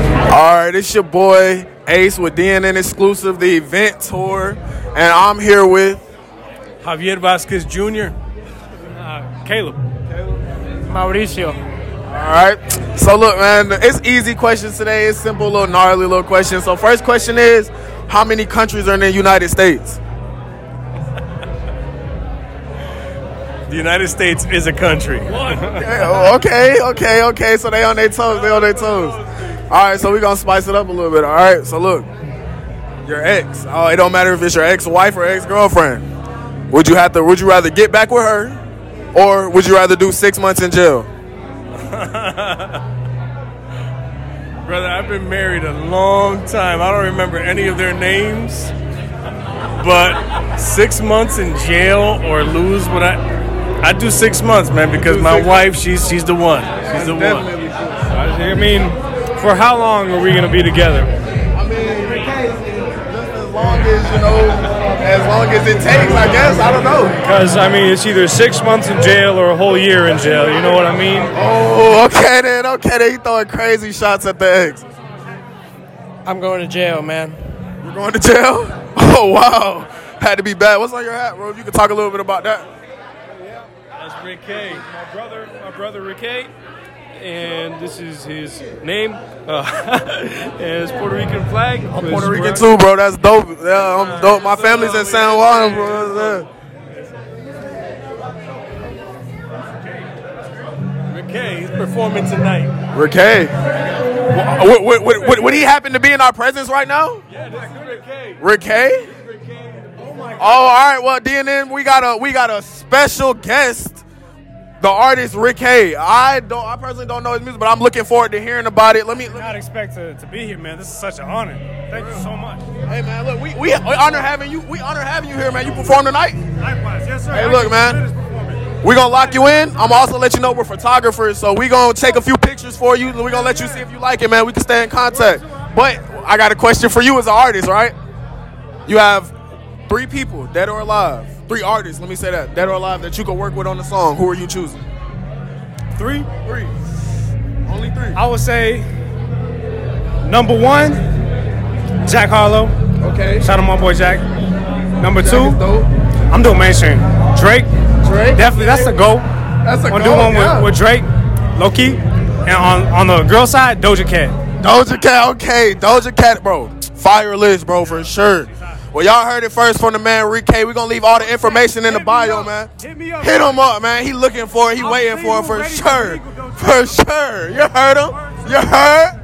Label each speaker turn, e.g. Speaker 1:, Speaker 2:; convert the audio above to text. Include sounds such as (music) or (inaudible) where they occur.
Speaker 1: All right, it's your boy Ace with DNN Exclusive, the event tour, and I'm here with
Speaker 2: Javier Vasquez Jr. Uh, Caleb.
Speaker 3: Mauricio.
Speaker 1: All right. So look, man, it's easy questions today. It's simple, little gnarly, little questions. So first question is, how many countries are in the United States?
Speaker 2: The United States is a country.
Speaker 1: Yeah, okay, okay, okay. So they on their toes. They on their toes. All right. So we gonna spice it up a little bit. All right. So look, your ex. Oh, it don't matter if it's your ex-wife or ex-girlfriend. Would you have to? Would you rather get back with her, or would you rather do six months in jail?
Speaker 2: (laughs) Brother, I've been married a long time. I don't remember any of their names. But six months in jail or lose what I I do six months, man, because
Speaker 1: do
Speaker 2: my
Speaker 1: six
Speaker 2: wife, she's she's the one. She's the one.
Speaker 1: Definitely.
Speaker 4: I mean, for how long are we gonna be together?
Speaker 1: I mean, just as long as you know, as long as it takes. I guess I don't know. (laughs)
Speaker 4: Because I mean, it's either six months in jail or a whole year in jail. You know what I mean?
Speaker 1: Oh, okay then. Okay, then you throwing crazy shots at the ex.
Speaker 3: I'm going to jail, man.
Speaker 1: You're going to jail? (laughs) Oh wow, had to be bad. What's on your hat, bro? If you could talk a little bit about that.
Speaker 4: That's Rick K, my brother, my brother Rick K, and this is his name. Uh, (laughs) and it's Puerto Rican flag.
Speaker 1: Puerto Rican too, bro. That's dope. Yeah, I'm dope. My family's in San Juan, bro. That's it.
Speaker 2: Rick K, he's performing tonight.
Speaker 1: Rick Hey. Would, would, would- would- would he happen to be in our presence right now?
Speaker 2: Yeah, this is Rick K.
Speaker 1: Rick Hey.
Speaker 2: Rick K. Oh my
Speaker 1: Oh, all right. Well, DNN, we got a we got a special guest, the artist Rick Hay. I don't, I personally don't know his music, but I'm looking forward to hearing about it. Let me, let me-
Speaker 2: not expect to, to be here, man. This is such an honor. Thank you so much.
Speaker 1: hey man, look, we, we honor having you. We honor having you here, man. You perform tonight.
Speaker 2: Likewise, yes sir.
Speaker 1: Hey, look, man. We gonna lock you in. I'm also let you know we're photographers, so we gonna take a few pictures for you. We gonna let you see if you like it, man. We can stay in contact. But I got a question for you as an artist, right? You have three people, dead or alive, three artists. Let me say that, dead or alive, that you can work with on the song. Who are you choosing?
Speaker 2: Three.
Speaker 1: Three. Only three.
Speaker 2: I would say number one, Jack Harlow.
Speaker 1: Okay.
Speaker 2: Shout out my boy Jack. Number two,
Speaker 1: Dope.
Speaker 2: I'm doing mainstream. Drake.
Speaker 1: Drake.
Speaker 2: Definitely, that's a go.
Speaker 1: That's a
Speaker 2: I'm gonna do
Speaker 1: goal,
Speaker 2: one
Speaker 1: yeah.
Speaker 2: with, with Drake, Loki, and on, on the girl side, Doja Cat.
Speaker 1: Doja Cat, okay, Doja Cat, bro. Fire list, bro, for sure. Well, y'all heard it first from the man Rick K. We're gonna leave all the information in the
Speaker 2: Hit me
Speaker 1: bio,
Speaker 2: up.
Speaker 1: man.
Speaker 2: Hit me up.
Speaker 1: Hit him up, man. He looking for it. He waiting for
Speaker 2: single,
Speaker 1: it for
Speaker 2: ready for
Speaker 1: sure.
Speaker 2: legal, Doja
Speaker 1: For sure. You heard him? You heard?